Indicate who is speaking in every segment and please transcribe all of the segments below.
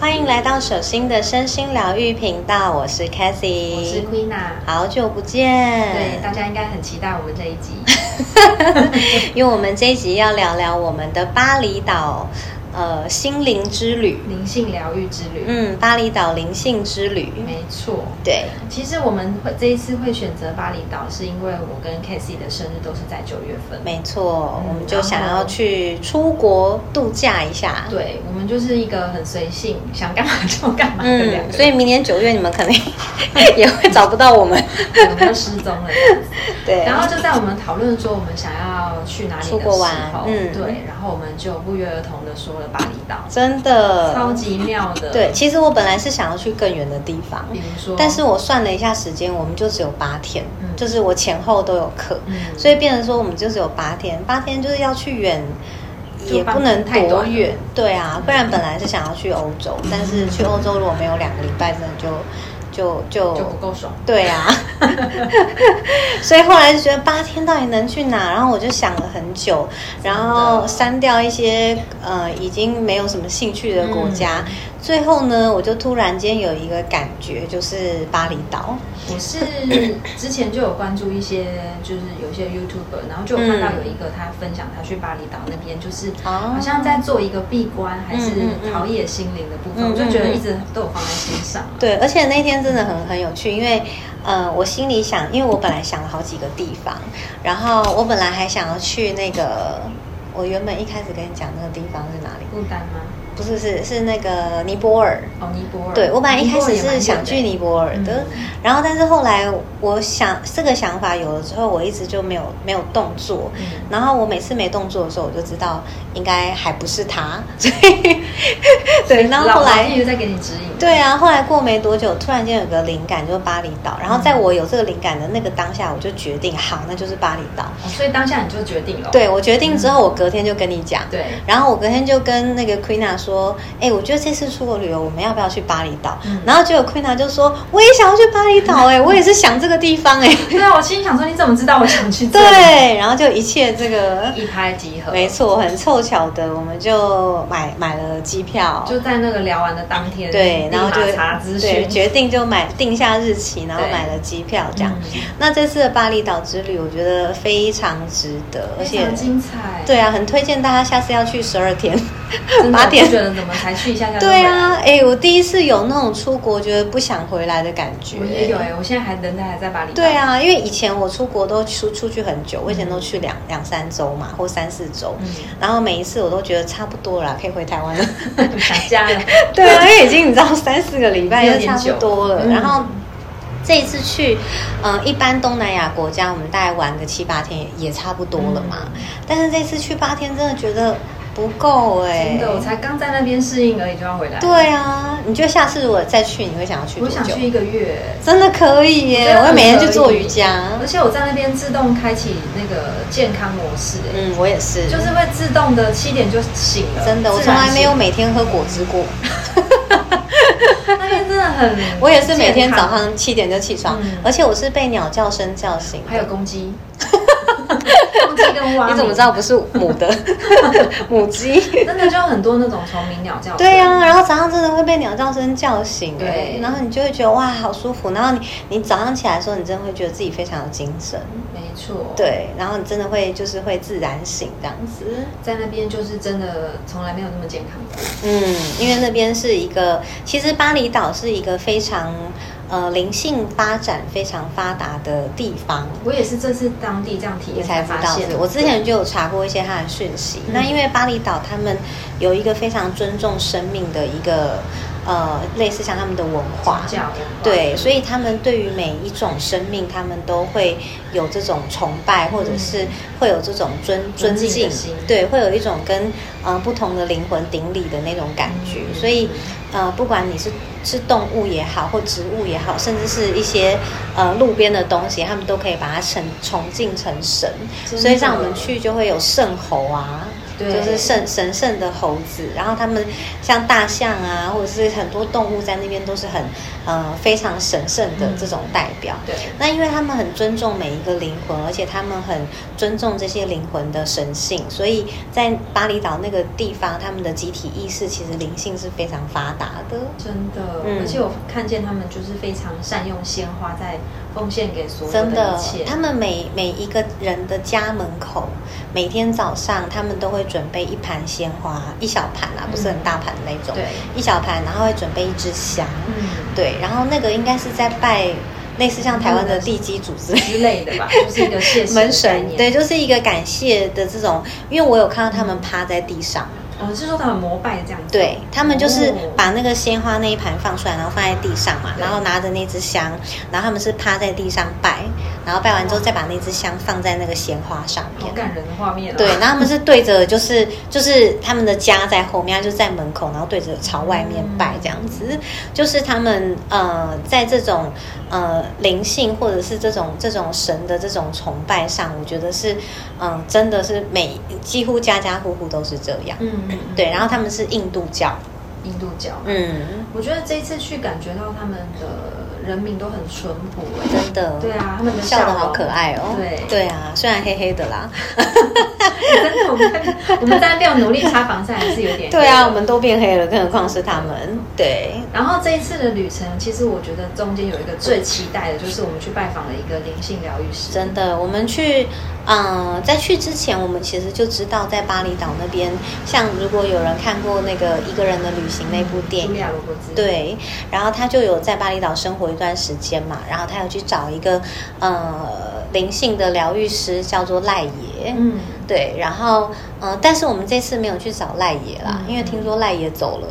Speaker 1: 欢迎来到手心的身心疗愈频道，我是 c a t h y
Speaker 2: 我是 Queena，
Speaker 1: 好久不见。
Speaker 2: 对，大家应该很期待我们这一 集。
Speaker 1: 因为我们这一集要聊聊我们的巴厘岛呃心灵之旅，
Speaker 2: 灵性疗愈之旅。
Speaker 1: 嗯，巴厘岛灵性之旅，
Speaker 2: 没错，
Speaker 1: 对，
Speaker 2: 其实我们会这一次会选择巴厘岛，是因为我跟 c a s e y 的生日都是在九月份。
Speaker 1: 没错，
Speaker 2: 嗯
Speaker 1: 我们就想
Speaker 2: 然
Speaker 1: 要
Speaker 2: 后
Speaker 1: 去出国度假一下。
Speaker 2: 对，我们就是一个很随性，想干嘛就干嘛的两
Speaker 1: 嗯，
Speaker 2: 个人，
Speaker 1: 所以明年九月你们肯定也会找不到我们。
Speaker 2: 我们就失踪了这样子。
Speaker 1: 对，
Speaker 2: 然后就在我们讨论说我们想要去哪里的时
Speaker 1: 出国
Speaker 2: 候，
Speaker 1: 玩嗯
Speaker 2: 对，然后我们就不约而同的说了巴厘岛，
Speaker 1: 真的
Speaker 2: 超级妙的。
Speaker 1: 呃对，，其实我本来是想要去更远的地方，
Speaker 2: 比如说，
Speaker 1: 但是我算了一下时间，我们就只有八天，
Speaker 2: 嗯
Speaker 1: 就是我前后都有课，
Speaker 2: 嗯
Speaker 1: 所以变成说我们就只有八天，八天就是要去远，
Speaker 2: 就
Speaker 1: 也不
Speaker 2: 放
Speaker 1: 能
Speaker 2: 太
Speaker 1: 多
Speaker 2: 短了
Speaker 1: 远，对啊，不然本来是想要去欧洲，但是去欧洲如果没有两个礼拜，真的就就就
Speaker 2: 就不够爽。
Speaker 1: 对啊， 所以后来就觉得八天到底能去哪？然后我就想了很久，然后删掉一些呃已经没有什么兴趣的国家。
Speaker 2: 嗯
Speaker 1: 最后呢，我就突然间有一个感觉，就是巴厘岛。
Speaker 2: 我是之前就有关注一些，就是有一些 YouTuber，然后就有看到有一个他分享他去巴厘岛那边，就是
Speaker 1: 哦
Speaker 2: 好像在做一个闭关还是
Speaker 1: 嗯嗯嗯
Speaker 2: 陶冶心灵的部分，
Speaker 1: 嗯
Speaker 2: 我就觉
Speaker 1: 嗯
Speaker 2: 得
Speaker 1: 嗯
Speaker 2: 一直都有放在心上啊。
Speaker 1: 对，而且那天真的很很有趣，因为呃，我心里想，因为我本来想了好几个地方，然后我本来还想要去那个，我原本一开始跟你讲那个地方是哪里？
Speaker 2: 孤单吗？
Speaker 1: 不是，是是那个尼泊尔。
Speaker 2: 哦，尼泊尔。
Speaker 1: 对，我本来一开始
Speaker 2: 尼泊尔也蛮
Speaker 1: 是
Speaker 2: 远
Speaker 1: 想
Speaker 2: 的
Speaker 1: 去尼泊尔的，
Speaker 2: 嗯
Speaker 1: 然后但是后来我想这个想法有了之后，我一直就没有没有动作。
Speaker 2: 嗯
Speaker 1: 然后我每次没动作的时候，我就知道应该还不是 他，所以对。然后后
Speaker 2: 老天
Speaker 1: 来
Speaker 2: 爷在给你指引。
Speaker 1: 对啊，后来过没多久，突然间有个灵感，就是巴厘
Speaker 2: 嗯
Speaker 1: 岛。然后在我有这个灵感的那个当下，我就决定，好，那就是巴厘岛。
Speaker 2: 哦，所以当下你就决定了。
Speaker 1: 对我决定之后，我隔天就跟你讲。
Speaker 2: 对，
Speaker 1: 然后我隔天就跟那个 Queena 说，哎、我觉得这次出国旅游，我们要不要去巴厘岛？
Speaker 2: 嗯
Speaker 1: 然后结果 Queena 就说，我也想要去巴厘岛、 哎，我也是想这个地方、哎，
Speaker 2: 对啊，我心里想说你怎么知道我想去这里？
Speaker 1: 对，然后就一切这个，
Speaker 2: 一拍即合。
Speaker 1: 没错，很凑巧的，我们就买买了机票，
Speaker 2: 就在那个聊完的当天，
Speaker 1: 对，然后
Speaker 2: 立马
Speaker 1: 就
Speaker 2: 查资
Speaker 1: 对
Speaker 2: 讯，
Speaker 1: 决定就买定下日期，然后
Speaker 2: 对
Speaker 1: 买了机票这样。
Speaker 2: 嗯
Speaker 1: 那这次的巴厘岛之旅，我觉得非常值得，而
Speaker 2: 非
Speaker 1: 且
Speaker 2: 常精彩。
Speaker 1: 对啊，很推荐大家下次要去十二天。
Speaker 2: 真的，
Speaker 1: 八点
Speaker 2: 我不觉得怎么才去一下下就
Speaker 1: 对
Speaker 2: 回来
Speaker 1: 啊，哎、我第一次有那种出国觉得不想回来的感觉。
Speaker 2: 我也有哎、哎我现在还人在还在巴黎。
Speaker 1: 对，啊，因为以前我出国都出出去很久，我以前都去两两三周嘛，或三四周，
Speaker 2: 嗯
Speaker 1: 然后每一次我都觉得差不多了啦，可以回台 湾了。
Speaker 2: 嗯想家 了。
Speaker 1: 对啊，因为已经你知道三四个礼拜
Speaker 2: 有
Speaker 1: 就
Speaker 2: 点
Speaker 1: 差不
Speaker 2: 久
Speaker 1: 多了，
Speaker 2: 嗯
Speaker 1: 然后。这一次去，呃，一般东南亚国家我们大概玩个七八天也也差不多了嘛。
Speaker 2: 嗯
Speaker 1: 但是这次去八天，真的觉得不够哎、
Speaker 2: 真的，我才刚在那边适应而已就要回来。，
Speaker 1: 对啊，你觉得下次如果再去，你会想要去多
Speaker 2: 我
Speaker 1: 久？
Speaker 2: 想去一个月。
Speaker 1: 真的可以耶！啊我会每天去做瑜伽。
Speaker 2: 而且我在那边自动开启那个健康模式、欸，
Speaker 1: 嗯，我也是，
Speaker 2: 就是会自动的七点就醒了。
Speaker 1: 真的，我
Speaker 2: 自
Speaker 1: 从
Speaker 2: 然
Speaker 1: 来没有
Speaker 2: 醒
Speaker 1: 每天喝果汁过。，
Speaker 2: 那边真的很
Speaker 1: 我也是每天早
Speaker 2: 健康，
Speaker 1: 上七点就起床
Speaker 2: 嗯，
Speaker 1: 而且我是被鸟叫声叫醒的。
Speaker 2: 还有 公鸡，公鸡跟蛙，
Speaker 1: 你怎么知道？不是母 的母鸡？
Speaker 2: 真的就很多那种虫鸣鸟叫，
Speaker 1: 对啊，，然后早上真的会被鸟叫声叫醒，哎
Speaker 2: 对
Speaker 1: 然后你就会觉得哇，好舒服。然后你你早上起来的时候，你真的会觉得自己非常有精神，
Speaker 2: 没错，。
Speaker 1: 对，然后你真的会就是会自然醒这样子。
Speaker 2: 在那边就是真的从来没有那么健康过。
Speaker 1: 嗯，因为那边是一个，其实巴厘岛是一个非常呃灵性发展非常发达的地方。
Speaker 2: 我也是这次当地这样体
Speaker 1: 你
Speaker 2: 验
Speaker 1: 才
Speaker 2: 才
Speaker 1: 知
Speaker 2: 发
Speaker 1: 道
Speaker 2: 现
Speaker 1: 是，，我之前就有查过一些它的讯息。
Speaker 2: 嗯
Speaker 1: 那因为巴厘岛他们有一个非常尊重生命的一个呃，类似像他们的文化
Speaker 2: 宗，教文化
Speaker 1: 对，所以他们对于每一种生命，他们都会有这种崇拜，或者是会有这种尊尊
Speaker 2: 嗯尊敬的
Speaker 1: 敬
Speaker 2: 心，
Speaker 1: 对，会有一种跟呃不同的灵魂顶礼的那种感觉。
Speaker 2: 嗯
Speaker 1: 所以呃，不管你是是动物也好，或植物也好，甚至是一些呃路边的东西，他们都可以把它成崇敬成神。
Speaker 2: 真的
Speaker 1: 所以让我们去就会有圣猴啊，
Speaker 2: 对
Speaker 1: 就是圣神圣的猴子，然后他们像大象啊，或者是很多动物在那边都是很呃非常神圣的
Speaker 2: 嗯
Speaker 1: 这种代表。
Speaker 2: 对，
Speaker 1: 那因为他们很尊重每一个灵魂，而且他们很尊重这些灵魂的神性，所以在巴厘岛那个地方，他们的集体意识其实灵性是非常发达的。
Speaker 2: 真的，
Speaker 1: 嗯
Speaker 2: 而且我看见他们就是非常善用鲜花，在奉献给所有
Speaker 1: 真
Speaker 2: 的
Speaker 1: 的
Speaker 2: 一切。，
Speaker 1: 他们每每一个人的家门口，每天早上他们都会准备一盘鲜花，一小盘啊，不是很大盘那种，
Speaker 2: 对，
Speaker 1: 一小盘，然后会准备一支香，
Speaker 2: 嗯，
Speaker 1: 对，然后那个应该是在拜类似像台湾的地基主之类
Speaker 2: 之类的吧，就是一个谢谢
Speaker 1: 门
Speaker 2: 的概
Speaker 1: 神，
Speaker 2: 念。
Speaker 1: 对，就是一个感谢的这种，因为我有看到他们趴在地上，
Speaker 2: 哦，是说他们膜拜这样子。
Speaker 1: 对他们就是
Speaker 2: 哦
Speaker 1: 把那个鲜花那一盘放出来，然后放在地上嘛，
Speaker 2: 对
Speaker 1: 然后拿着那支香，然后他们是趴在地上拜，然后拜完之后再把那支香放在那个鲜花上
Speaker 2: 好
Speaker 1: 面。
Speaker 2: 感人的画面、哦。
Speaker 1: 对，然后他们是对着，就是就是他们的家在后面，他就在门口，然后对着朝外面
Speaker 2: 嗯
Speaker 1: 拜这样子，就是他们呃在这种呃灵性或者是这种这种神的这种崇拜上，我觉得是嗯、呃真的是每几乎家家户户都是这样，
Speaker 2: 嗯，嗯
Speaker 1: 对，然后他们是印度教，
Speaker 2: 印度教，
Speaker 1: 嗯，
Speaker 2: 我觉得这一次去感觉到他们的人民都很淳朴哎、
Speaker 1: 真的，
Speaker 2: 对啊，他们的
Speaker 1: 笑
Speaker 2: 得
Speaker 1: 得好可爱哦，
Speaker 2: 对
Speaker 1: 对啊，虽然黑黑的啦，
Speaker 2: 真的，我们在我们在没有努力擦防晒，还是有点。
Speaker 1: 对啊，我。们都变黑了，更何况是他们，对，
Speaker 2: 然后这一次的旅程，其实我觉得中间有一个最期待的，就是我们去拜访了一个灵性疗愈师。
Speaker 1: 真的，我们去，嗯、在去之前，我们其实就知道，在巴厘岛那边，像如果有人看过那个《一个人的旅行》那部电
Speaker 2: 茱莉
Speaker 1: 影，
Speaker 2: 亚·罗伯兹。，
Speaker 1: 对，然后他就有在巴厘岛生活一段时间嘛，然后他有去找一个呃灵性的疗愈师，叫做赖爷，
Speaker 2: 嗯，
Speaker 1: 对，然后嗯、呃但是我们这次没有去找赖爷啦，
Speaker 2: 嗯
Speaker 1: 因为听说赖爷走了，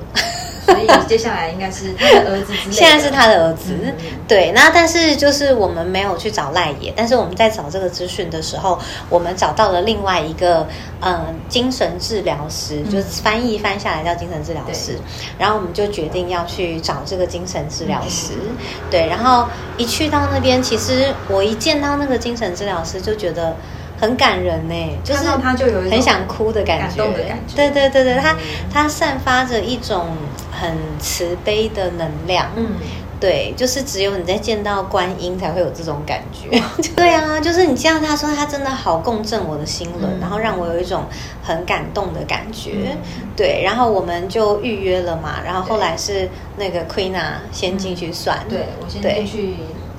Speaker 2: 所以接下来应该是他的儿子之类 的。
Speaker 1: 现在是他的儿子。
Speaker 2: 嗯
Speaker 1: 对，那但是就是我们没有去找赖爷，但是我们在找这个资讯的时候，我们找到了另外一个呃精神治疗师，
Speaker 2: 嗯
Speaker 1: 就是翻译翻下来叫精神治疗师，然后我们就决定要去找这个精神治疗师。
Speaker 2: 嗯
Speaker 1: 对，然后一去到那边，其实我一见到那个精神治疗师就觉得很感人呢、就是
Speaker 2: 看到他就有一种
Speaker 1: 很想哭的感
Speaker 2: 感
Speaker 1: 觉，
Speaker 2: 动的感觉
Speaker 1: 对对对对，他
Speaker 2: 嗯
Speaker 1: 他散发着一种很慈悲的能量，
Speaker 2: 嗯，
Speaker 1: 对，就是只有你在见到观音才会有这种感觉。 对啊，就是你见到他说他真的好共振我的心轮，
Speaker 2: 嗯
Speaker 1: 然后让我有一种很感动的感觉。
Speaker 2: 嗯
Speaker 1: 对，然后我们就预约了嘛，然后后
Speaker 2: 对
Speaker 1: 来是那个 Queen a 先进去算，
Speaker 2: 对我先
Speaker 1: 对
Speaker 2: 进去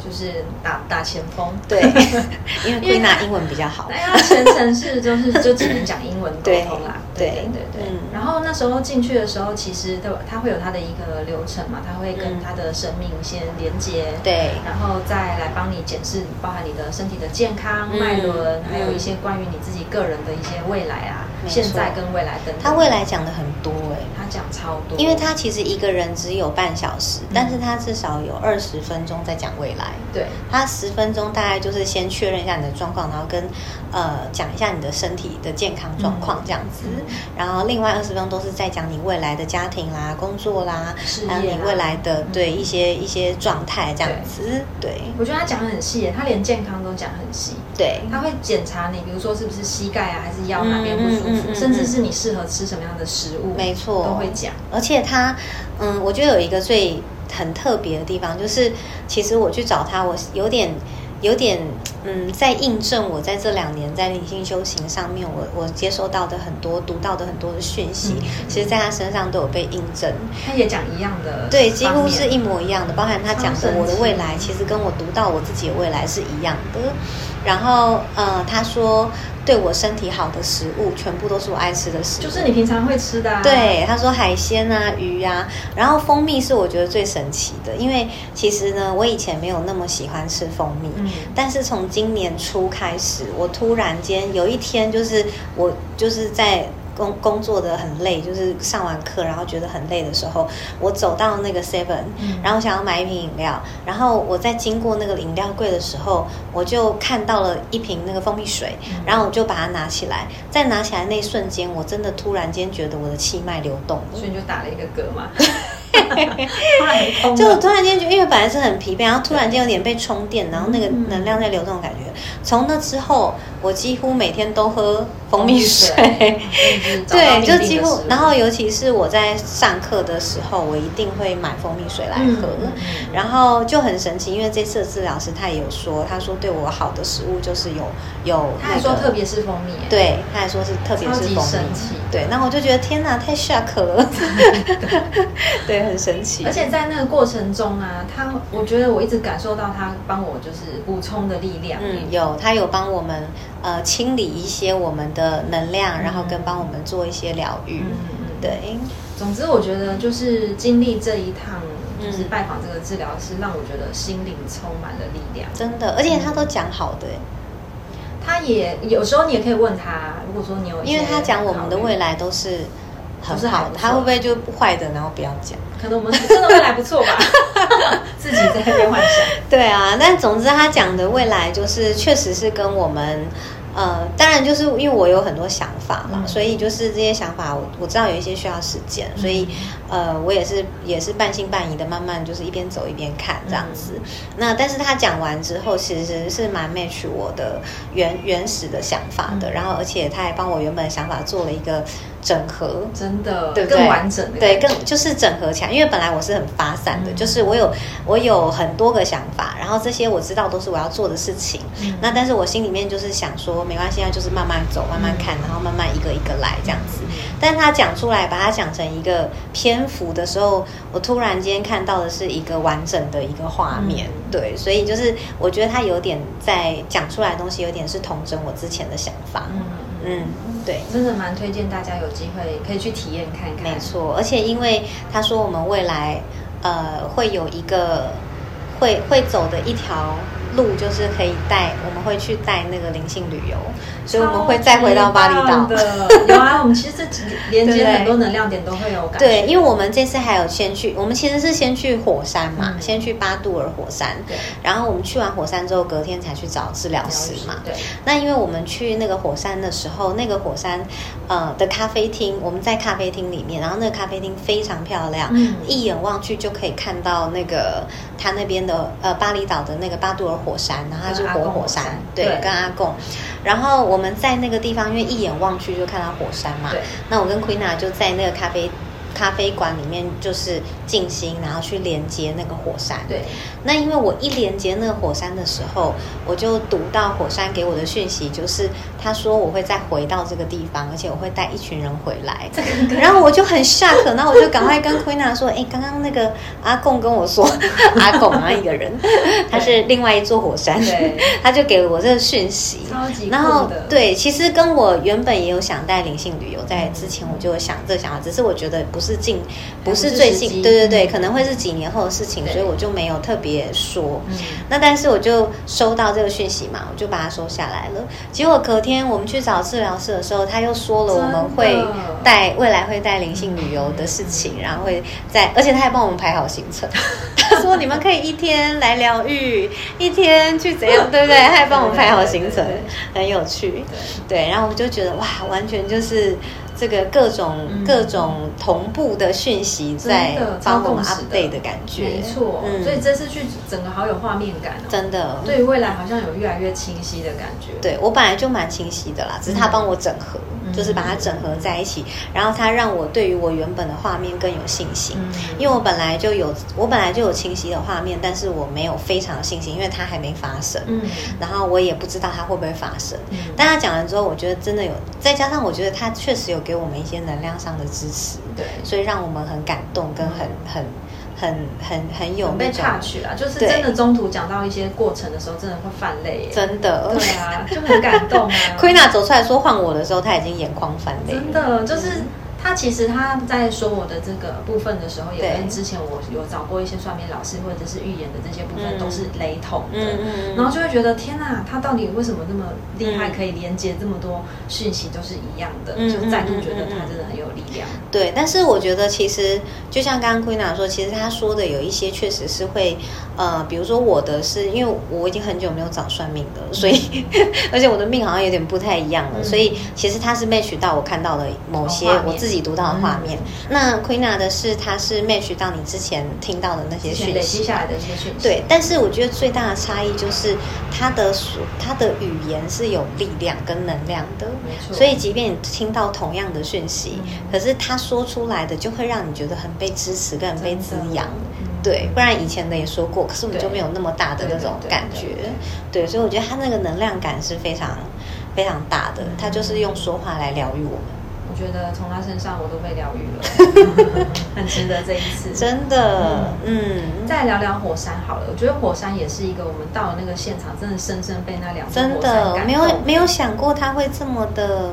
Speaker 2: 就是打打前锋。
Speaker 1: 对，因为
Speaker 2: 因为
Speaker 1: Queen a 英文比较好，
Speaker 2: 那，他全程是就是就只能讲英文沟通啦
Speaker 1: 对
Speaker 2: 对对
Speaker 1: 嗯
Speaker 2: 对对。然后那时候进去的时候，其实都他会有他的一个流程嘛，他会
Speaker 1: 嗯
Speaker 2: 跟他的生命先连接，
Speaker 1: 对
Speaker 2: 然后再来帮你检视，包含你的身体的健康、
Speaker 1: 嗯
Speaker 2: 脉轮
Speaker 1: 嗯，
Speaker 2: 还有一些关于你自己个人的一些未来啊，
Speaker 1: 没错
Speaker 2: 现在跟未来等等。
Speaker 1: 他未来讲的很多哎、
Speaker 2: 他讲超多，
Speaker 1: 因为他其实一个人只有半小时，
Speaker 2: 嗯
Speaker 1: 但是他至少有二十分钟在讲未来。
Speaker 2: 对
Speaker 1: 他十分钟大概就是先确认一下你的状况，然后跟呃讲一下你的身体的健康状况这样子，
Speaker 2: 嗯
Speaker 1: 然后另外二十分钟都是在讲你未来的家庭啦、工作啦，
Speaker 2: 事业
Speaker 1: 还
Speaker 2: 啊
Speaker 1: 有你未来的
Speaker 2: 嗯
Speaker 1: 对一些一些状态这样子，对
Speaker 2: 我觉得他讲得很细耶，他连健康都讲很细。
Speaker 1: 对
Speaker 2: 他会检查你，比如说是不是膝盖啊，还是腰哪边不舒服，
Speaker 1: 嗯嗯嗯嗯
Speaker 2: 甚至是你适合吃什么样的食物，
Speaker 1: 没错
Speaker 2: 都会讲。
Speaker 1: 而且他，嗯，我觉得有一个最很特别的地方，就是其实我去找他，我有点。有点嗯，在印证我在这两年在灵性修行上面，我我接收到的很多、读到的很多的讯息，
Speaker 2: 嗯
Speaker 1: 其实在他身上都有被印证。
Speaker 2: 他也讲一样的方面，
Speaker 1: 对，几乎是一模一样的，包含他讲
Speaker 2: 超
Speaker 1: 的
Speaker 2: 神
Speaker 1: 我的未
Speaker 2: 奇
Speaker 1: 来，其实跟我读到我自己的未来是一样的。然后呃，他说对我身体好的食物，全部都是我爱吃的食物，
Speaker 2: 就是你平常会吃的、啊。，
Speaker 1: 对，他说海鲜啊、鱼啊，然后蜂蜜是我觉得最神奇的，因为其实呢，我以前没有那么喜欢吃蜂蜜，
Speaker 2: 嗯
Speaker 1: 但是从今年初开始，我突然间有一天，就是我就是在。工工作的很累，就是上完课然后觉得很累的时候，我走到那个 Seven，、
Speaker 2: 嗯
Speaker 1: 然后想要买一瓶饮料，然后我在经过那个饮料柜的时候，我就看到了一瓶那个蜂蜜水，
Speaker 2: 嗯
Speaker 1: 然后我就把它拿起来，在拿起来那一瞬间，我真的突然间觉得我的气脉流动了
Speaker 2: 所以你就打了一个嗝 嘛，太空了
Speaker 1: 就我突然间觉得，因为本来是很疲惫，然后突然间有点被充电，然后那个
Speaker 2: 嗯
Speaker 1: 能量在流动的感觉。从那之后，我几乎每天都喝蜂蜜水。
Speaker 2: 水，
Speaker 1: 哦对，
Speaker 2: 对，
Speaker 1: 就几乎，然后尤其是我在上课的时候，我一定会买蜂蜜水来喝。然后就很神奇，因为这次的治疗师他也有说，他说对我好的食物就是有有、
Speaker 2: 他
Speaker 1: 那
Speaker 2: 还
Speaker 1: 个，
Speaker 2: 说特别是蜂蜜，，
Speaker 1: 对，他还说是特别
Speaker 2: 超
Speaker 1: 是
Speaker 2: 级
Speaker 1: 蜂
Speaker 2: 神
Speaker 1: 蜜，
Speaker 2: 奇。
Speaker 1: 对，那我就觉得天哪，太 shock 了，对，很神奇
Speaker 2: 而，且在那个过程中啊，他我觉得我一直感受到他帮我就是补充的力量，
Speaker 1: 嗯，有他有帮我们呃清理一些我们的能量，然后跟帮我们做一些疗愈，
Speaker 2: 嗯嗯嗯
Speaker 1: 对，
Speaker 2: 总之，我觉得就是经历这一趟，
Speaker 1: 嗯
Speaker 2: 就是拜访这个治疗师，让我觉得心灵充满了力量。
Speaker 1: 真的，而且他都讲好的、
Speaker 2: 他也有时候你也可以问他，如果说你嗯有一些
Speaker 1: 因
Speaker 2: 考虑，
Speaker 1: 为他讲我们的未来都是很
Speaker 2: 都是
Speaker 1: 好
Speaker 2: 还
Speaker 1: 的
Speaker 2: 不，错
Speaker 1: 他会不会就坏的，然后不要讲？
Speaker 2: 可能我们真的未来不错 吧，自己在那边幻想。
Speaker 1: 对啊，但总之他讲的未来就是确实是跟我们。呃，当然，就是因为我有很多想法嘛，
Speaker 2: 嗯
Speaker 1: 所以就是这些想法我，我知道有一些需要时间，所以呃，我也是也是半信半疑的，慢慢就是一边走一边看这样子。
Speaker 2: 嗯
Speaker 1: 那但是他讲完之后，其实是蛮 match 我的原原始的想法的，
Speaker 2: 嗯
Speaker 1: 然后而且他还帮我原本的想法做了一个整合，
Speaker 2: 真的，
Speaker 1: 对不对
Speaker 2: 更完整的
Speaker 1: 对，
Speaker 2: 感觉，
Speaker 1: 更就是整合起来，因为本来我是很发散的，
Speaker 2: 嗯
Speaker 1: 就是我有我有很多个想法，然后这些我知道都是我要做的事情，
Speaker 2: 嗯
Speaker 1: 那但是我心里面就是想说，没关系，那就是慢慢走，慢慢
Speaker 2: 嗯
Speaker 1: 看，然后慢慢一个一个来这样子。但他讲出来，把它讲成一个篇幅的时候，我突然间看到的是一个完整的一个画面，
Speaker 2: 嗯
Speaker 1: 对，所以就是我觉得他有点在讲出来的东西，有点是统整我之前的想法，
Speaker 2: 嗯嗯，
Speaker 1: 嗯，对。
Speaker 2: 真的蛮推荐大家有机会可以去体验看看。
Speaker 1: 没错，而且因为他说我们未来呃会有一个会会走的一条路，就是可以带我们会去带那个灵性旅游，所以我们会再回到巴厘
Speaker 2: 超
Speaker 1: 岛
Speaker 2: 级棒。的。有啊，我们其实这几连 接
Speaker 1: 对
Speaker 2: 很多能量点都会有感觉。
Speaker 1: 对，因为我们这次还有先去，我们其实是先去火山嘛，
Speaker 2: 嗯
Speaker 1: 先去巴杜尔火山，
Speaker 2: 对，
Speaker 1: 然后我们去完火山之后，隔天才去找治疗师嘛。
Speaker 2: 对，
Speaker 1: 那因为我们去那个火山的时候，那个火山呃的咖啡厅，我们在咖啡厅里面，然后那个咖啡厅非常漂亮，
Speaker 2: 嗯
Speaker 1: 一眼望去就可以看到那个它那边的呃巴厘岛的那个巴杜尔火山，然后它是
Speaker 2: 跟阿
Speaker 1: 活
Speaker 2: 贡
Speaker 1: 火
Speaker 2: 火
Speaker 1: 山
Speaker 2: 山，
Speaker 1: 对，
Speaker 2: 对
Speaker 1: 跟阿贡。然后我们在那个地方，因为一眼望去就看到火山嘛，
Speaker 2: 对，
Speaker 1: 那我跟 Quina 就在那个咖啡咖啡馆里面就是静心，然后去连接那个火山，
Speaker 2: 对，
Speaker 1: 那因为我一连接那个火山的时候，我就读到火山给我的讯息，就是他说我会再回到这个地方，而且我会带一群人回来。 然后我就很 shock，然后我就赶快跟 Quina 说：“哎、刚刚那个阿贡跟我说， 阿贡啊一个 人，他是另外一座火山
Speaker 2: 对，
Speaker 1: 他就给我这个讯息。”
Speaker 2: 超级酷
Speaker 1: 然后
Speaker 2: 的，，
Speaker 1: 对，其实跟我原本也有想带灵性旅游，在之前我就有想这个想法，只是我觉得不是近，不是最
Speaker 2: 还不是时
Speaker 1: 近，
Speaker 2: 机
Speaker 1: 对对对，
Speaker 2: 嗯
Speaker 1: 可能会是几年后的事情，
Speaker 2: 对
Speaker 1: 所以我就没有特别说。
Speaker 2: 嗯，
Speaker 1: 那但是我就收到这个讯息嘛，我就把它收下来了。结果隔天我们去找治疗师的时候，他又说了我们
Speaker 2: 真
Speaker 1: 会
Speaker 2: 的
Speaker 1: 带未来会带灵性旅游的事情，然后会在，而且他还帮我们排好行程。 他说你们可以一天来疗愈，一天去怎样，对不对？他还帮我们排好行程
Speaker 2: 对对，
Speaker 1: 很有趣。对，然后我就觉得哇，完全就是这个各种、
Speaker 2: 嗯
Speaker 1: 各种同步的讯息在
Speaker 2: 真的
Speaker 1: 帮我
Speaker 2: 超
Speaker 1: 们
Speaker 2: 共识的
Speaker 1: update 的感觉，嗯
Speaker 2: 没错，所以这次去整个好有画面感哦，
Speaker 1: 真的。
Speaker 2: 对未来好像有越来越清晰的感觉，，
Speaker 1: 对我本来就蛮清晰的啦，只是他帮我整合，
Speaker 2: 嗯
Speaker 1: 就是把它整合在一起，然后他让我对于我原本的画面更有信心。
Speaker 2: 嗯，
Speaker 1: 因为我本来就有，我本来就有清晰的画面，但是我没有非常有信心，因为它还没发生，
Speaker 2: 嗯，
Speaker 1: 然后我也不知道它会不会发生。
Speaker 2: 嗯
Speaker 1: 但他讲完之后，我觉得真的有，再加上我觉得他确实有给我们一些能量上的支持，
Speaker 2: 对，
Speaker 1: 所以让我们很感动，跟很很很很很有
Speaker 2: 有
Speaker 1: 那
Speaker 2: 被
Speaker 1: 种
Speaker 2: touch 啦，就是
Speaker 1: 对
Speaker 2: 真的中途讲到一些过程的时候，真的会泛泪耶，
Speaker 1: 真的。
Speaker 2: 对 啊，就很感动啊，
Speaker 1: 奎娜走出来说换我的时候，他已经眼眶泛泪了，
Speaker 2: 真的就是。他其实他在说我的这个部分的时候，也
Speaker 1: 对
Speaker 2: 跟之前我有找过一些算命老师或者是预言的这些部分
Speaker 1: 嗯
Speaker 2: 都是雷同的，
Speaker 1: 嗯嗯嗯
Speaker 2: 然后就会觉得天呐，他到底为什么那么厉害，
Speaker 1: 嗯
Speaker 2: 可以连接这么多讯息都是一样的，
Speaker 1: 嗯
Speaker 2: 就再度
Speaker 1: 嗯
Speaker 2: 觉得
Speaker 1: 嗯嗯
Speaker 2: 他真的很有力量。
Speaker 1: 对，但是我觉得其实就像刚刚 Queen 娜说，其实她说的有一些确实是会，呃，比如说我的是因为我已经很久没有找算命的，所以 而且我的命好像有点不太一样了，
Speaker 2: 嗯哦
Speaker 1: 所以其实它是 match 到我看到了某些
Speaker 2: 画面嗯
Speaker 1: 我自己读到的画面。那 Queena 的是，它是 match 到你之前听到的那些
Speaker 2: 之前
Speaker 1: 讯
Speaker 2: 累
Speaker 1: 息
Speaker 2: 积。下来的一些讯息。
Speaker 1: 对，但是我觉得最大的差异就是它的所它的语言是有力量跟能量的，
Speaker 2: 没错
Speaker 1: 所以即便你听到同样的讯息，
Speaker 2: 嗯
Speaker 1: 可是他说出来的就会让你觉得很被支持跟很被滋养
Speaker 2: 真的。嗯
Speaker 1: 对，不然以前的也说过，可是我们
Speaker 2: 对
Speaker 1: 就没有那么大的那种
Speaker 2: 对对对
Speaker 1: 感
Speaker 2: 对
Speaker 1: 觉
Speaker 2: 对对。
Speaker 1: 对，所以我觉得他那个能量感是非常非常大
Speaker 2: 嗯
Speaker 1: 的，他就是用说话来疗愈我们，
Speaker 2: 我觉得从他身上我都被疗愈 了，很值得这一次。
Speaker 1: 真的，嗯，
Speaker 2: 再聊聊火山好了，我觉得火山也是一个我们到那个现场，真的深深被那两座
Speaker 1: 真
Speaker 2: 火山
Speaker 1: 的
Speaker 2: 感动，
Speaker 1: 没有没有想过他会这么的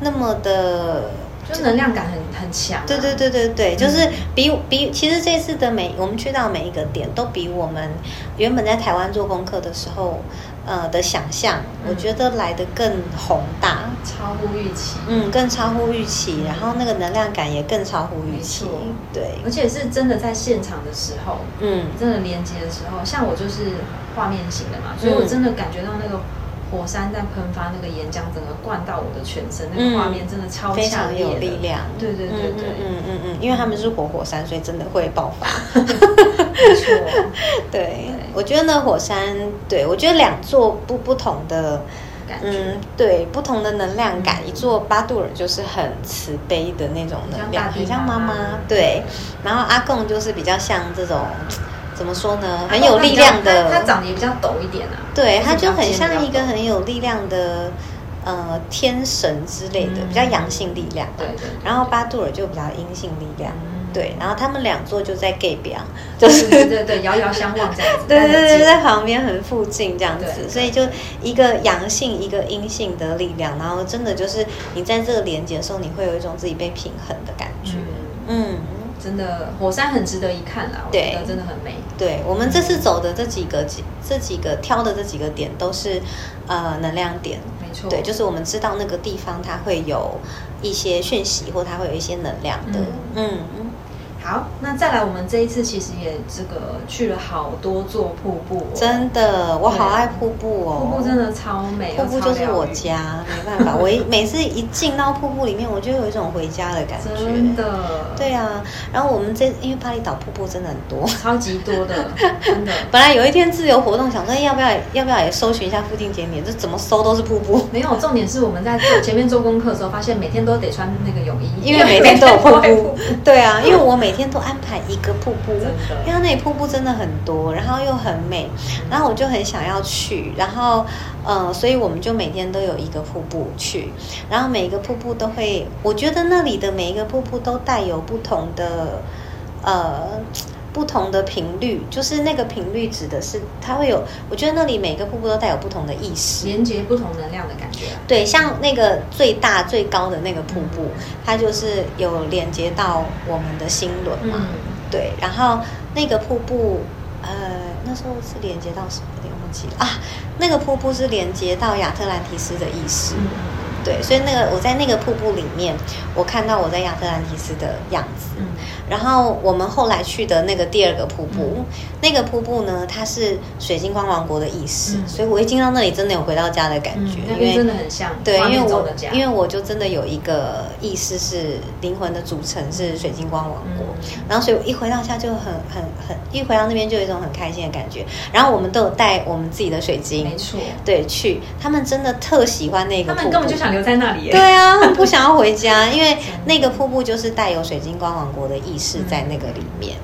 Speaker 1: 那么的。
Speaker 2: 就是能量感很很强、啊。
Speaker 1: 对对对对对，就是比比，其实这次的每我们去到每一个点，都比我们原本在台湾做功课的时候，呃的想象，
Speaker 2: 嗯
Speaker 1: 我觉得来的更宏大，
Speaker 2: 超乎预期。
Speaker 1: 嗯，更超乎预期，然后那个能量感也更超乎预期
Speaker 2: 没错，
Speaker 1: 对，
Speaker 2: 而且是真的在现场的时候，
Speaker 1: 嗯，
Speaker 2: 真的连接的时候，像我就是画面型的嘛，
Speaker 1: 嗯
Speaker 2: 所以我真的感觉到那个火山在喷发那个岩浆，整个灌到我的全身，那
Speaker 1: 嗯
Speaker 2: 个画面真的超
Speaker 1: 非
Speaker 2: 强
Speaker 1: 常
Speaker 2: 烈的
Speaker 1: 有力量，
Speaker 2: 对对对对，
Speaker 1: 嗯嗯嗯嗯嗯，因为他们是活火山，所以真的会爆发。
Speaker 2: 没错，
Speaker 1: 对，我觉得呢，火山，对我觉得两座不不同的，
Speaker 2: 感觉。
Speaker 1: 嗯，对，不同的能量感。
Speaker 2: 嗯
Speaker 1: 一座巴杜尔就是很慈悲的那种能量，
Speaker 2: 很
Speaker 1: 很
Speaker 2: 像
Speaker 1: 像
Speaker 2: 大地
Speaker 1: 妈
Speaker 2: 妈妈
Speaker 1: 妈，对。然后阿贡就是比较像这种，怎么说呢，
Speaker 2: 它
Speaker 1: 嗯很有力量的，
Speaker 2: 它它长得也比较陡一点啊。
Speaker 1: 对，
Speaker 2: 它
Speaker 1: 他
Speaker 2: 比
Speaker 1: 就
Speaker 2: 较
Speaker 1: 很
Speaker 2: 尖
Speaker 1: 像一
Speaker 2: 比较
Speaker 1: 个
Speaker 2: 陡
Speaker 1: 很有力量的，呃，天神之类的，
Speaker 2: 嗯
Speaker 1: 比较阳性力量。
Speaker 2: 对对对
Speaker 1: 然后 巴杜尔就比较阴性力量，
Speaker 2: 嗯
Speaker 1: 对。然后他们两座就在 gay 边，啊就是
Speaker 2: 对对对，遥遥相望这样子。
Speaker 1: 对
Speaker 2: 但
Speaker 1: 对
Speaker 2: 很
Speaker 1: 对，
Speaker 2: 近
Speaker 1: 在旁边很附近这样
Speaker 2: 对
Speaker 1: 子，
Speaker 2: 对
Speaker 1: 所以就一个阳性，一个阴性的力量，然后真的就是你在这个连接的时候，你会有一种自己被平衡的感觉。
Speaker 2: 嗯
Speaker 1: 嗯，
Speaker 2: 真的火山很值得一看啦，我觉
Speaker 1: 对
Speaker 2: 得真的很美。
Speaker 1: 对，我们这次走的这几个几这几个挑的这几个点都是呃能量点，
Speaker 2: 没错，
Speaker 1: 对，就是我们知道那个地方它会有一些讯息，或它会有一些能量的。嗯
Speaker 2: 好，那再来，我们这一次其实也这个去了好多座瀑布、哦，
Speaker 1: 真的，我好爱瀑布哦，
Speaker 2: 啊瀑布真的超美，
Speaker 1: 瀑布
Speaker 2: 又超
Speaker 1: 就是我
Speaker 2: 疗愈，
Speaker 1: 家，没办法，我一每次一进到瀑布里面，我就有一种回家的感觉。
Speaker 2: 真，的，
Speaker 1: 对，啊。然后我们这因为巴厘岛瀑布真的很多，
Speaker 2: 超级多的，真的。
Speaker 1: 本来有一天自由活动，想说哎要不要要不要也搜寻一下附近景点，就怎么搜都是瀑布，
Speaker 2: 没有，重点是我们在做前面做功课的时候，发现每天都得穿那个泳衣，
Speaker 1: 因为每天都有瀑
Speaker 2: 每天都
Speaker 1: 布。对啊，因为我每天都安排一个瀑布
Speaker 2: 真的，
Speaker 1: 因为它那里瀑布真的很多，然后又很美，然后我就很想要去，然后呃，所以我们就每天都有一个瀑布去，然后每一个瀑布都会，我觉得那里的每一个瀑布都带有不同的呃。不同的频率，就是那个频率指的是它会有，我觉得那里每个瀑布都带有不同的意识，
Speaker 2: 连接不同能量的感觉啊、
Speaker 1: 对，像那个最大最高的那个瀑布，它就是有连接到我们的心轮嘛。
Speaker 2: 嗯，
Speaker 1: 对，然后那个瀑布，呃，那时候是连接到什么？有点忘记了啊。那个瀑布是连接到亚特兰提斯的意识。
Speaker 2: 嗯
Speaker 1: 对，所以那个我在那个瀑布里面，我看到我在亚特兰提斯的样子。
Speaker 2: 嗯
Speaker 1: 然后我们后来去的那个第二个瀑布，
Speaker 2: 嗯
Speaker 1: 那个瀑布呢，它是水晶光王国的意识，
Speaker 2: 嗯
Speaker 1: 所以我一进到那里，真的有回到家的感觉，
Speaker 2: 那
Speaker 1: 嗯因
Speaker 2: 边
Speaker 1: 为
Speaker 2: 真的很像
Speaker 1: 对，
Speaker 2: 画
Speaker 1: 因为
Speaker 2: 面中
Speaker 1: 我
Speaker 2: 的家，
Speaker 1: 因为我就真的有一个意识是灵魂的组成是水晶光王国，
Speaker 2: 嗯
Speaker 1: 然后所以我一回到家就很很很一回到那边就有一种很开心的感觉。然后我们都有带我们自己的水晶
Speaker 2: 没，错，
Speaker 1: 对，去他们真的特喜欢那个
Speaker 2: 他
Speaker 1: 瀑布，
Speaker 2: 们根本就想留在那里耶，
Speaker 1: 对啊，他们不想要回家，因为那个瀑布就是带有水晶光王国的意识在那个里面。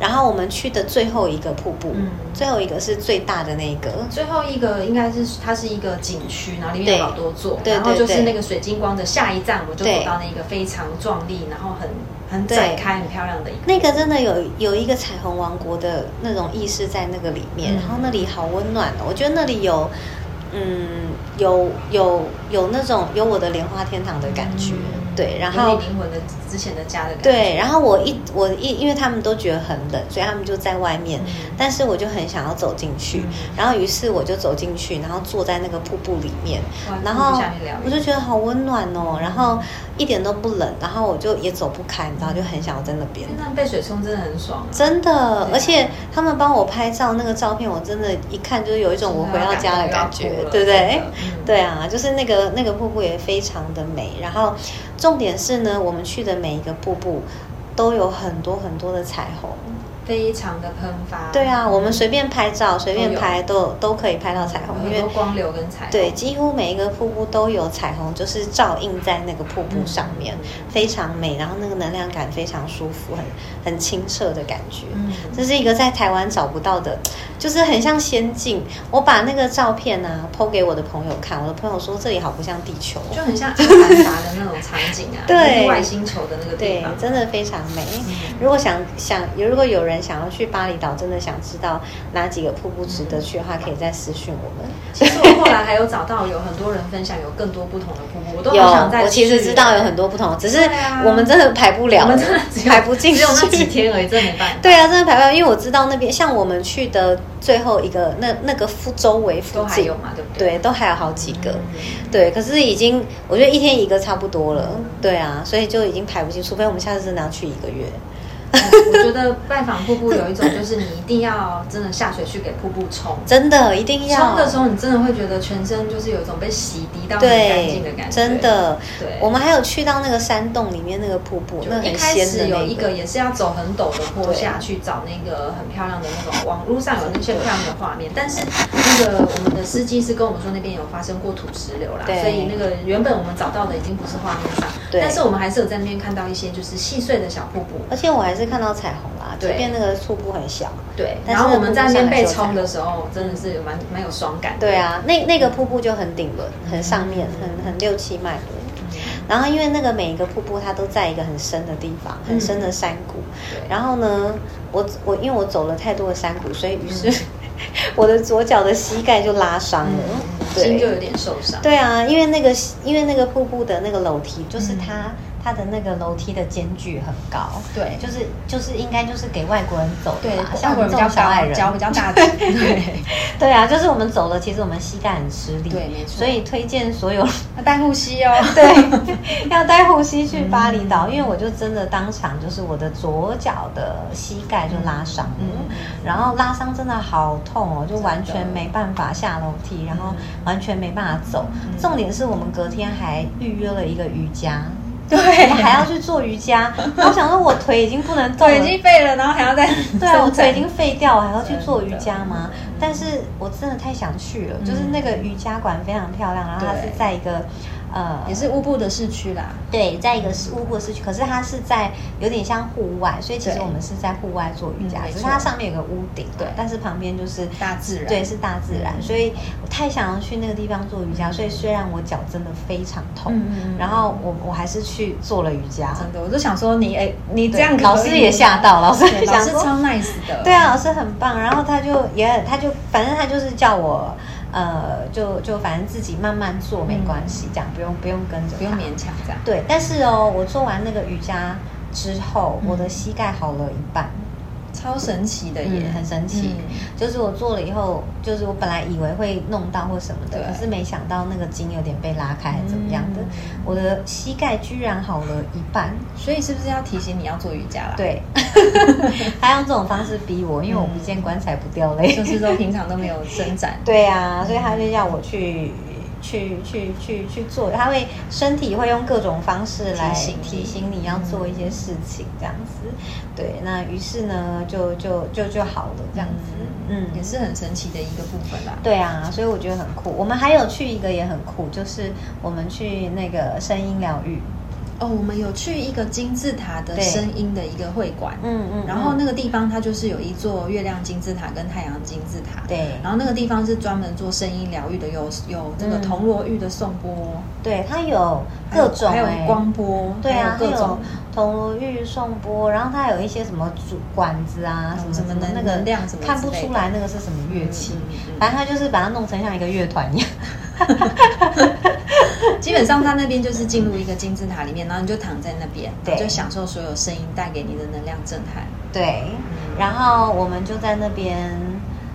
Speaker 1: 然后我们去的最后一个瀑布，
Speaker 2: 嗯
Speaker 1: 最后一个是最大的那个，
Speaker 2: 最后一个应该是它是一个景区，然后里面
Speaker 1: 对
Speaker 2: 有好多座，
Speaker 1: 对
Speaker 2: 然后
Speaker 1: 对
Speaker 2: 就是
Speaker 1: 对
Speaker 2: 那个水晶光的下一站，我们就
Speaker 1: 对
Speaker 2: 走到那个非常壮丽，然后很很
Speaker 1: 对
Speaker 2: 展开、很漂亮的一个。
Speaker 1: 那个真的有有一个彩虹王国的那种意识在那个里面，
Speaker 2: 嗯
Speaker 1: 然后那里好温暖哦，我觉得那里有，嗯，有有有那种有我的莲花天堂的感觉，
Speaker 2: 嗯
Speaker 1: 对，然
Speaker 2: 有
Speaker 1: 后
Speaker 2: 你灵魂的之前的家的感觉，
Speaker 1: 对，然后我一我一因为他们都觉得很冷，所以他们就在外面，
Speaker 2: 嗯
Speaker 1: 但是我就很想要走进去，
Speaker 2: 嗯
Speaker 1: 然后于是我就走进去，然后坐在那个瀑布里面
Speaker 2: 哇，
Speaker 1: 然后
Speaker 2: 瀑布下面疗愈
Speaker 1: 我就觉得好温暖哦，然后一点都不冷，然后我就也走不开，你知道，就很想要在那边
Speaker 2: 因为。那被水冲真的很爽、啊，
Speaker 1: 真的
Speaker 2: 对啊，
Speaker 1: 而且他们帮我拍照那个照片，我真的一看就是有一种我回到家的感觉
Speaker 2: 真的要感动，
Speaker 1: 对不
Speaker 2: 要哭
Speaker 1: 对
Speaker 2: 了真的嗯？
Speaker 1: 对啊，就是那个那个瀑布也非常的美，然后重点是呢，我们去的每一个瀑布都有很多很多的彩虹。
Speaker 2: 非常的喷发。
Speaker 1: 对啊，我们随便拍照，随便
Speaker 2: 嗯都有
Speaker 1: 拍都有都可以拍到彩虹，因
Speaker 2: 有
Speaker 1: 为
Speaker 2: 很多光流跟彩虹。
Speaker 1: 对，几乎每一个瀑布都有彩虹，就是照映在那个瀑布上面，
Speaker 2: 嗯
Speaker 1: 非常美。然后那个能量感非常舒服，很很清澈的感觉。
Speaker 2: 嗯，
Speaker 1: 这是一个在台湾找不到的，就是很像仙境。我把那个照片啊抛给我的朋友看，我的朋友说这里好不像地球哦，
Speaker 2: 就很像阿凡达的那种场景啊，
Speaker 1: 对
Speaker 2: 就是外星球的那个地
Speaker 1: 对
Speaker 2: 方，。
Speaker 1: 真的非常美。
Speaker 2: 嗯
Speaker 1: 如果想想，如果有人想要去巴厘岛，真的想知道哪几个瀑布值得去的话，可以再私讯我们。
Speaker 2: 其实我后来还有找到有很多人分享有更多不同的瀑布，我都好
Speaker 1: 有，
Speaker 2: 想再
Speaker 1: 我其实
Speaker 2: 去
Speaker 1: 知道有很多不同，只是
Speaker 2: 对啊
Speaker 1: 我们真的排不
Speaker 2: 我
Speaker 1: 了
Speaker 2: 们真的只有
Speaker 1: 排不进去，
Speaker 2: 只有那几天而已，真的没办法。
Speaker 1: 对啊，真的排不了，因为我知道那边像我们去的最后一个那那个附周围附
Speaker 2: 都还
Speaker 1: 近
Speaker 2: 有，嘛，对不
Speaker 1: 对，
Speaker 2: 对？
Speaker 1: 都还有好几个。
Speaker 2: 嗯
Speaker 1: 对，可是已经，我觉得一天一个差不多了，对啊，所以就已经排不进，除非我们下次真的要去一个月。
Speaker 2: 嗯我觉得拜访瀑布有一种就是你一定要真的下水去给瀑布冲，
Speaker 1: 真的一定要
Speaker 2: 冲的时候你真的会觉得全身就是有一种被洗涤到很干净
Speaker 1: 对
Speaker 2: 的感觉，，
Speaker 1: 真。的，
Speaker 2: 对，
Speaker 1: 我们还有去到那个山洞里面那个瀑布，那
Speaker 2: 就一
Speaker 1: 很
Speaker 2: 开
Speaker 1: 仙
Speaker 2: 始
Speaker 1: 的
Speaker 2: 有
Speaker 1: 那
Speaker 2: 一个也是要走很陡的坡下去找那个很漂亮的那种网络上有那些漂亮的画面，但是那个我们的司机是跟我们说那边有发生过土石流啦，
Speaker 1: 对
Speaker 2: 所以那个原本我们找到的已经不是画面上，
Speaker 1: 对
Speaker 2: 但是我们还是有在那边看到一些就是细碎的小瀑布，
Speaker 1: 而且我还是看到彩虹啦，即
Speaker 2: 对
Speaker 1: 便那个瀑布很小。
Speaker 2: 对，
Speaker 1: 但
Speaker 2: 然
Speaker 1: 是
Speaker 2: 后我们在那边被
Speaker 1: 那个瀑布上
Speaker 2: 冲的时候真的是蛮蛮有爽感，
Speaker 1: 对，啊，那那个瀑布就很顶轮，很上面，很很六七脉轮。
Speaker 2: 嗯
Speaker 1: 然后因为那个每一个瀑布它都在一个很深的地方，很深的山谷。
Speaker 2: 对
Speaker 1: 然后呢，我我因为我走了太多的山谷，所以于是、
Speaker 2: 嗯
Speaker 1: 我的左脚的膝盖就拉伤了。
Speaker 2: 嗯心就
Speaker 1: 嗯对
Speaker 2: 有点受伤，
Speaker 1: 对啊，因为那个因为那个瀑布的那个楼梯，就是
Speaker 2: 嗯
Speaker 1: 它、它的那个楼梯的间距很高。
Speaker 2: 对
Speaker 1: 就是就是应该就是给外国人走的
Speaker 2: 对
Speaker 1: 啦，，像
Speaker 2: 像
Speaker 1: 我
Speaker 2: 我
Speaker 1: 们
Speaker 2: 比
Speaker 1: 这
Speaker 2: 较
Speaker 1: 种小矮
Speaker 2: 高，
Speaker 1: 人，
Speaker 2: 脚比较大只，对。
Speaker 1: 对啊，就是我们走了，其实我们膝盖很吃力，
Speaker 2: 对没错
Speaker 1: 所以推荐所有
Speaker 2: 要戴护膝哦。
Speaker 1: 对啊要带护膝去巴厘岛，因为我就真的当场就是我的左脚的膝盖就拉伤了，
Speaker 2: 嗯
Speaker 1: 然后拉伤真的好痛哦，就
Speaker 2: 真的
Speaker 1: 完全没办法下楼梯，然后完全没办法走。
Speaker 2: 嗯
Speaker 1: 重点是我们隔天还预约了一个瑜伽。
Speaker 2: 对
Speaker 1: 我们还要去做瑜 伽，我想说，我腿已经不能动了，
Speaker 2: 腿已经废了，然后还 要再
Speaker 1: 对啊，我
Speaker 2: 伸展
Speaker 1: 腿已经废掉，我还要去做瑜伽吗？但是我真的太想去了，
Speaker 2: 嗯
Speaker 1: 就是那个瑜伽馆非常漂亮，然后它
Speaker 2: 对
Speaker 1: 是在一个呃，
Speaker 2: 也是乌布的市区啦。
Speaker 1: 对，在一个是乌布市区，可是它是在有点像户外，所以其实
Speaker 2: 对
Speaker 1: 我们是在户外做瑜
Speaker 2: 嗯
Speaker 1: 伽，
Speaker 2: 没
Speaker 1: 只
Speaker 2: 错
Speaker 1: 是它上面有个屋顶，
Speaker 2: 对
Speaker 1: 但是旁边就是
Speaker 2: 大自然
Speaker 1: 对，是大自然，
Speaker 2: 嗯
Speaker 1: 所以我太想要去那个地方做瑜伽，所以虽然我脚真的非常痛，
Speaker 2: 嗯嗯嗯
Speaker 1: 然后我我还是去做了瑜伽，
Speaker 2: 真的，我就想说你哎，你这
Speaker 1: 对
Speaker 2: 样可以
Speaker 1: 老师也吓到老师也
Speaker 2: 对
Speaker 1: 想
Speaker 2: 老师
Speaker 1: 说
Speaker 2: 超 nice 的。
Speaker 1: 对啊，老师很棒，然后他就也很他就反正他就是叫我，呃，就就反正自己慢慢做没关系，这样不嗯用不用跟着他，
Speaker 2: 不用勉强这样。
Speaker 1: 对，但是哦，我做完那个瑜伽之后，
Speaker 2: 嗯
Speaker 1: 我的膝盖好了一半，
Speaker 2: 超神奇的耶，
Speaker 1: 也很神奇。
Speaker 2: 嗯
Speaker 1: 就是我做了以后，就是我本来以为会弄到或什么的，
Speaker 2: 对
Speaker 1: 可是没想到那个筋有点被拉开，怎么样的
Speaker 2: 嗯，
Speaker 1: 我的膝盖居然好了一半。
Speaker 2: 所以是不是要提醒你要做瑜伽啦？，
Speaker 1: 对， 他用这种方式逼我，因为我不见棺材不掉泪。。
Speaker 2: 就是说平常都没有伸展
Speaker 1: 对啊，所以他就叫我去去去去去做，他会身体会用各种方式来
Speaker 2: 提醒你
Speaker 1: 提醒你要做一些事情，这样子。对，那于是呢，就就就就好了，这样子。嗯，
Speaker 2: 也是很神奇的一个部分啦。
Speaker 1: 对啊，所以我觉得很酷。我们还有去一个也很酷，就是我们去那个声音疗愈。
Speaker 2: 哦，我们有去一个金字塔的
Speaker 1: 对
Speaker 2: 声音的一个会馆，
Speaker 1: 嗯嗯
Speaker 2: 然后那个地方它就是有一座月亮金字塔跟太阳金字塔，
Speaker 1: 对
Speaker 2: 然后那个地方是专门做声音疗愈的，有有这个
Speaker 1: 嗯
Speaker 2: 铜锣玉的颂钵，
Speaker 1: 对，它有
Speaker 2: 还有
Speaker 1: 嗯各种、
Speaker 2: 还有
Speaker 1: 欸
Speaker 2: 光波，
Speaker 1: 对啊，
Speaker 2: 还
Speaker 1: 它
Speaker 2: 有各
Speaker 1: 有
Speaker 2: 种
Speaker 1: 铜锣玉颂钵，然后它有一些什么主管子啊，什
Speaker 2: 嗯
Speaker 1: 么
Speaker 2: 什么能
Speaker 1: 那个
Speaker 2: 能量什么
Speaker 1: 看不
Speaker 2: 之类
Speaker 1: 出
Speaker 2: 的
Speaker 1: 来那个是什么乐器
Speaker 2: 嗯嗯嗯，嗯
Speaker 1: 反正它就是把它弄成像一个乐团一样。
Speaker 2: 基本上它那边就是进入一个金字塔里面，然后你就躺在那边，
Speaker 1: 对
Speaker 2: 就享受所有声音带给你的能量震撼。嗯
Speaker 1: 对，嗯然后我们就在那边，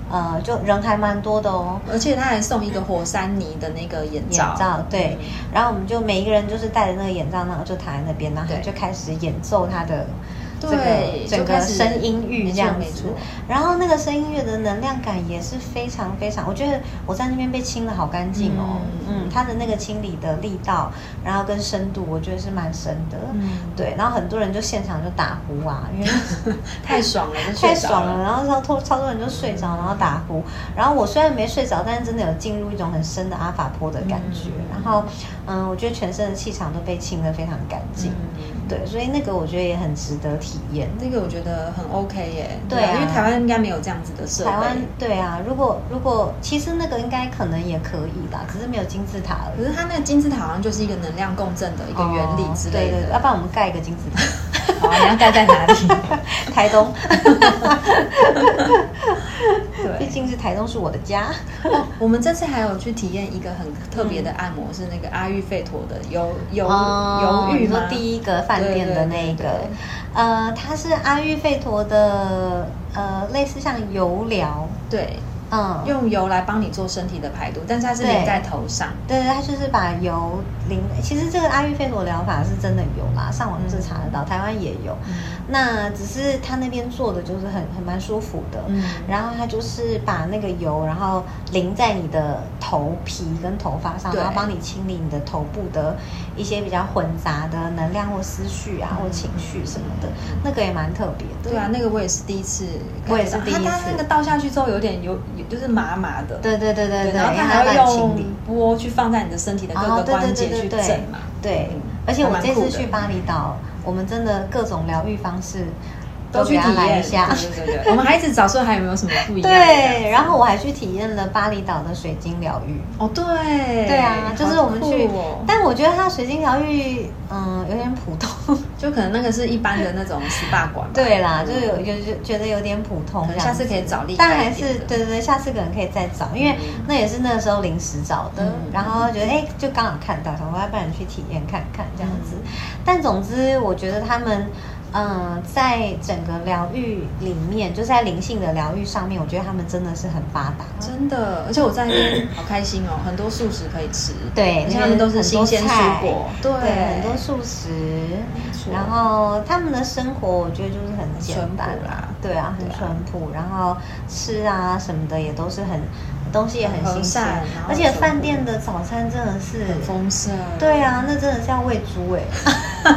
Speaker 1: 呃，就人还蛮多的哦。
Speaker 2: 而且他还送一个火山泥的那个眼
Speaker 1: 眼
Speaker 2: 罩，
Speaker 1: 罩对，然后我们就每一个人就是戴着那个眼罩，然后就躺在那边，然后
Speaker 2: 对
Speaker 1: 就开始演奏他的对，
Speaker 2: 对，
Speaker 1: 整
Speaker 2: 就
Speaker 1: 个
Speaker 2: 开始
Speaker 1: 声音域这样
Speaker 2: 没错
Speaker 1: 子。，然后那个声音乐的能量感也是非常非常，我觉得我在那边被清的好干净哦，
Speaker 2: 嗯
Speaker 1: 嗯，它的那个清理的力道，然后跟深度，我觉得是蛮深的，
Speaker 2: 嗯
Speaker 1: 对。然后很多人就现场就打呼啊，因为
Speaker 2: 太爽了，就睡
Speaker 1: 太
Speaker 2: 着
Speaker 1: 爽了，。然后超多超多人就睡着，然后打呼。然后我虽然没睡着，但是真的有进入一种很深的阿法波的感觉。
Speaker 2: 嗯
Speaker 1: 然后，嗯，我觉得全身的气场都被清的非常干净，
Speaker 2: 嗯
Speaker 1: 对，所以那个我觉得也很值得体验。
Speaker 2: 那个我觉得很 OK 耶，
Speaker 1: 对啊
Speaker 2: 因为台湾应该没有这样子的设备。
Speaker 1: 台湾对啊，如果如果其实那个应该可能也可以啦，只是没有金字塔而
Speaker 2: 可
Speaker 1: 已。
Speaker 2: 是它那个金字塔好像就是一个能量共振的一个原理之
Speaker 1: 哦
Speaker 2: 类
Speaker 1: 对对
Speaker 2: 的。
Speaker 1: 对，要不然我们盖一个金字塔。
Speaker 2: 好啊，你要盖在哪里？
Speaker 1: 台东， 毕
Speaker 2: 对，
Speaker 1: 竟是台东是我的家。
Speaker 2: 哦，我们这次还有去体验一个很特别的按摩，是那个阿育吠陀的油油
Speaker 1: 哦
Speaker 2: 油浴
Speaker 1: 你说
Speaker 2: 吗？
Speaker 1: 第一个饭店的那
Speaker 2: 对对
Speaker 1: 个
Speaker 2: 对对，
Speaker 1: 呃，它是阿育吠陀的，呃，类似像油疗，
Speaker 2: 对，
Speaker 1: 嗯，
Speaker 2: 用油来帮你做身体的排毒，但是它是
Speaker 1: 对
Speaker 2: 淋在头上。
Speaker 1: 对，它就是把油淋。其实这个阿育吠陀疗法是真的有啦，上网是查得
Speaker 2: 嗯
Speaker 1: 到，台湾也有。那只是他那边做的就是很很蛮舒服的，
Speaker 2: 嗯
Speaker 1: 然后他就是把那个油，然后淋在你的头皮跟头发上，
Speaker 2: 对
Speaker 1: 然后帮你清理你的头部的一些比较混杂的能量或思绪啊、
Speaker 2: 嗯
Speaker 1: 或情绪什么的，那个也蛮特别的。
Speaker 2: 对啊，那个我也是第一次感觉到，
Speaker 1: 我也是第一次
Speaker 2: 它它那个倒下去之后有点有，有就是麻麻的。
Speaker 1: 对对对对对，
Speaker 2: 然后
Speaker 1: 因
Speaker 2: 它
Speaker 1: 为它
Speaker 2: 还会
Speaker 1: 帮你清理
Speaker 2: 用波去放在你的身体的各
Speaker 1: 哦对
Speaker 2: 个
Speaker 1: 对
Speaker 2: 关
Speaker 1: 对
Speaker 2: 节
Speaker 1: 对
Speaker 2: 去
Speaker 1: 对
Speaker 2: 震嘛。
Speaker 1: 对
Speaker 2: 嗯，
Speaker 1: 而且
Speaker 2: 还
Speaker 1: 我
Speaker 2: 蛮
Speaker 1: 这次
Speaker 2: 酷的
Speaker 1: 去巴厘岛，我们真的各种疗愈方式
Speaker 2: 都去
Speaker 1: 给它
Speaker 2: 体
Speaker 1: 来
Speaker 2: 验
Speaker 1: 一下。
Speaker 2: 对对对对，我们还一直找说还有没有什么不一样的这
Speaker 1: 对，
Speaker 2: 样。
Speaker 1: 然后我还去体验了巴厘岛的水晶疗愈。
Speaker 2: 哦对，对哦
Speaker 1: 对啊，就是我们去，
Speaker 2: 但
Speaker 1: 但我觉得它的水晶疗愈，嗯，有点普 通。
Speaker 2: 就可能那个是一般的那种 SPA 馆吧。
Speaker 1: 对啦，就
Speaker 2: 嗯
Speaker 1: 有有有觉得有点普通
Speaker 2: 可能
Speaker 1: 这样子。
Speaker 2: 下次可以找厉
Speaker 1: 但
Speaker 2: 害
Speaker 1: 还
Speaker 2: 一点
Speaker 1: 是
Speaker 2: 的
Speaker 1: 对对对，下次可能可以再找，因为
Speaker 2: 嗯
Speaker 1: 那也是那个时候临时找的，
Speaker 2: 嗯
Speaker 1: 然后觉得哎、就刚好看到，想说要不然去体验看看这样子。
Speaker 2: 嗯
Speaker 1: 但总之，我觉得他们。嗯，在整个疗愈里面，就是在灵性的疗愈上面，我觉得他们真的是很发达。
Speaker 2: 真的，而且我在那边好开心哦，很 多素食可以吃，
Speaker 1: 对，
Speaker 2: 而且他们都是新鲜
Speaker 1: 很多菜
Speaker 2: 蔬果，
Speaker 1: 对，很多素食
Speaker 2: 错，
Speaker 1: 然后他们的生活我觉得就是很简单
Speaker 2: 淳朴啦
Speaker 1: 对啊，很
Speaker 2: 对啊
Speaker 1: 淳朴，然后吃啊什么的也都是很东西也很
Speaker 2: 很和
Speaker 1: 新鲜
Speaker 2: 善然，后
Speaker 1: 而且
Speaker 2: 淳朴
Speaker 1: 饭店的早餐真的是
Speaker 2: 很丰盛，
Speaker 1: 对啊，那真的是要喂猪 哎，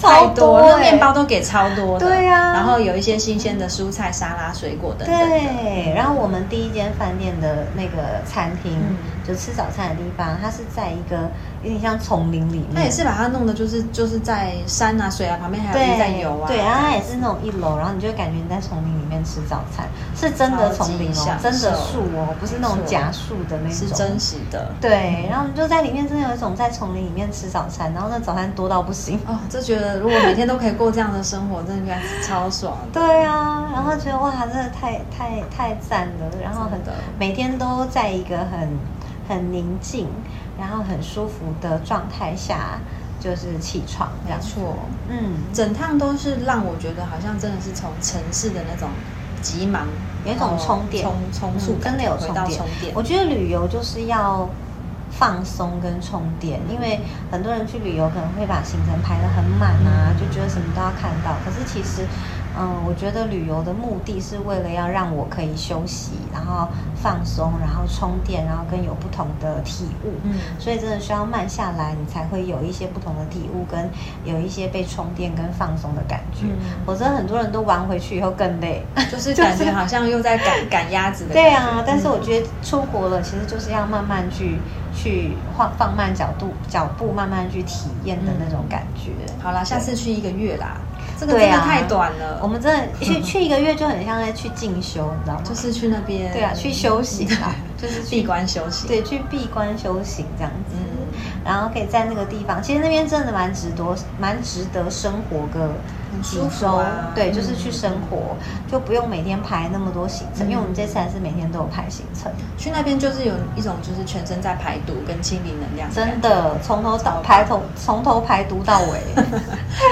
Speaker 2: 太
Speaker 1: 超
Speaker 2: 多，
Speaker 1: 欸
Speaker 2: 那面包都给超多的，
Speaker 1: 对啊
Speaker 2: 然后有一些新鲜的蔬菜、沙拉、水果等等的，
Speaker 1: 对，然后我们第一间饭店的那个餐厅，
Speaker 2: 嗯
Speaker 1: 就吃早餐的地方，它是在一个有点像丛林里面，
Speaker 2: 那也是把它弄的，就是就是在山啊、水啊旁边还有
Speaker 1: 对，
Speaker 2: 一在油啊，
Speaker 1: 对，然后它也是那种一楼，然后你就会感觉你在丛林里面吃早餐，是真的丛林
Speaker 2: 超级
Speaker 1: 哦
Speaker 2: 享，受
Speaker 1: 真的树哦，不是那种
Speaker 2: 没错
Speaker 1: 假树的那种，
Speaker 2: 是真。实的。
Speaker 1: 对，然后你就在里面，真的有一种在丛林里面吃早餐，然后那早餐多到不行。
Speaker 2: 哦，就觉得如果每天都可以过这样的生活，真的应该是超爽的。
Speaker 1: 对啊，然后觉得哇，真的太太太赞了，然后很
Speaker 2: 真的
Speaker 1: 每天都在一个很很宁静，然后很舒服的状态下，就是起床这
Speaker 2: 没
Speaker 1: 样。
Speaker 2: 错，
Speaker 1: 嗯，
Speaker 2: 整趟都是让我觉得好像真的是从城市的那种急忙，
Speaker 1: 有一种充电，
Speaker 2: 然后哦充充速
Speaker 1: 嗯
Speaker 2: 感、
Speaker 1: 真的有充
Speaker 2: 回到
Speaker 1: 电。
Speaker 2: 充电
Speaker 1: 我。觉得旅游就是要放松跟充电，因为
Speaker 2: 嗯
Speaker 1: 很多人去旅游可能会把行程排得很满啊，
Speaker 2: 嗯
Speaker 1: 就觉得什么都要看到。可是其实，嗯，我觉得旅游的目的是为了要让我可以休息，然后放松，然后充电，然后跟有不同的体悟。
Speaker 2: 嗯
Speaker 1: 所以真的需要慢下来，你才会有一些不同的体悟，跟有一些被充电跟放松的感觉。
Speaker 2: 嗯
Speaker 1: 否则很多人都玩回去以后更累。
Speaker 2: 就是感觉好像又在赶赶鸭子的感
Speaker 1: 对
Speaker 2: 觉。
Speaker 1: 啊，但是我
Speaker 2: 嗯
Speaker 1: 觉得出国了，其实就是要慢慢去去放放慢角度脚步，慢慢去体验的那种感觉。
Speaker 2: 好啦，下次去一个月啦，这个
Speaker 1: 对
Speaker 2: 真的
Speaker 1: 啊
Speaker 2: 太短了。
Speaker 1: 我们真的去去一个月就很像在去进修，你知道吗？
Speaker 2: 就是去那边，
Speaker 1: 对啊，去修行 啊，就是去
Speaker 2: 闭关修行。，
Speaker 1: 对去闭关修行这样子。
Speaker 2: 嗯，
Speaker 1: 然后可以在那个地方，其实那边真的蛮值得，蛮值得生活个
Speaker 2: 很
Speaker 1: 几
Speaker 2: 舒服
Speaker 1: 周，
Speaker 2: 啊
Speaker 1: 对，
Speaker 2: 嗯
Speaker 1: 就是去生活，就不用每天排那么多行程，因为
Speaker 2: 嗯
Speaker 1: 我们这次还是每天都有排行程。
Speaker 2: 去那边就是有一种就是全身在排毒跟清理能量，
Speaker 1: 真，的从头到排头，从头排毒到尾，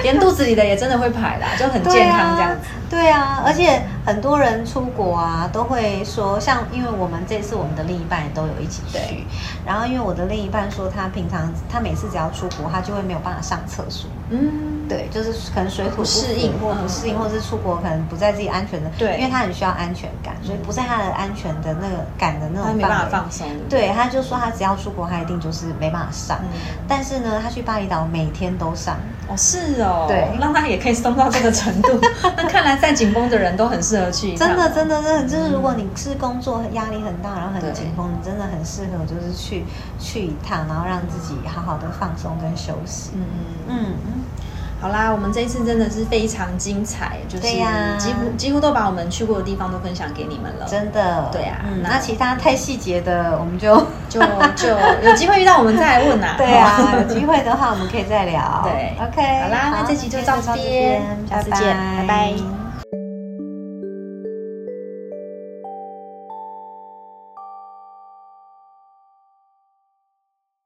Speaker 2: 连肚子里的也真的会排啦，就很
Speaker 1: 对
Speaker 2: 健康这样子。
Speaker 1: 啊。对啊，而且很多人出国啊，都会说，像因为我们这次我们的另一半也都有一起去
Speaker 2: 对，
Speaker 1: 然后因为我的另一半说，他平常他每次只要出国，他就会没有办法上厕所，
Speaker 2: 嗯，
Speaker 1: 对，就是可能水土不
Speaker 2: 适应
Speaker 1: 服或不适应，
Speaker 2: 嗯
Speaker 1: 或是出国可能不在自己安全的，
Speaker 2: 对嗯
Speaker 1: 因为他很需要安全感，所以不在他的安全的那个感的那
Speaker 2: 他
Speaker 1: 种
Speaker 2: 没办法
Speaker 1: 范围
Speaker 2: 放松。
Speaker 1: 对，啊他就说他只要出国，他一定就是没办法上。
Speaker 2: 嗯
Speaker 1: 但是呢，他去巴厘岛每天都上，
Speaker 2: 哦，是哦，
Speaker 1: 对
Speaker 2: 让他也可以松到这个程 度。那看来在紧绷的人都很适合去一趟，
Speaker 1: 真的，真的，真的，就是
Speaker 2: 嗯
Speaker 1: 如果你是工作压力很大，然后
Speaker 2: 对
Speaker 1: 很紧绷，你真的很适合就是去去一趟，然后让自己好好的放松跟休息。
Speaker 2: 嗯嗯。
Speaker 1: 嗯，
Speaker 2: 好啦，我们这一次真的是非常精彩，就是
Speaker 1: 对呀
Speaker 2: 几乎几乎都把我们去过的地方都分享给你们了。
Speaker 1: 真的，
Speaker 2: 对啊
Speaker 1: 嗯，
Speaker 2: 那
Speaker 1: 那其他太细节的，我们 就。
Speaker 2: 就就有机会遇到我们再来问啊
Speaker 1: 对 啊，有机会的话我们可以再聊。
Speaker 2: 对
Speaker 1: ，OK，
Speaker 2: 好啦那这集就
Speaker 1: 今天
Speaker 2: 到这
Speaker 1: 这
Speaker 2: 边下次见拜拜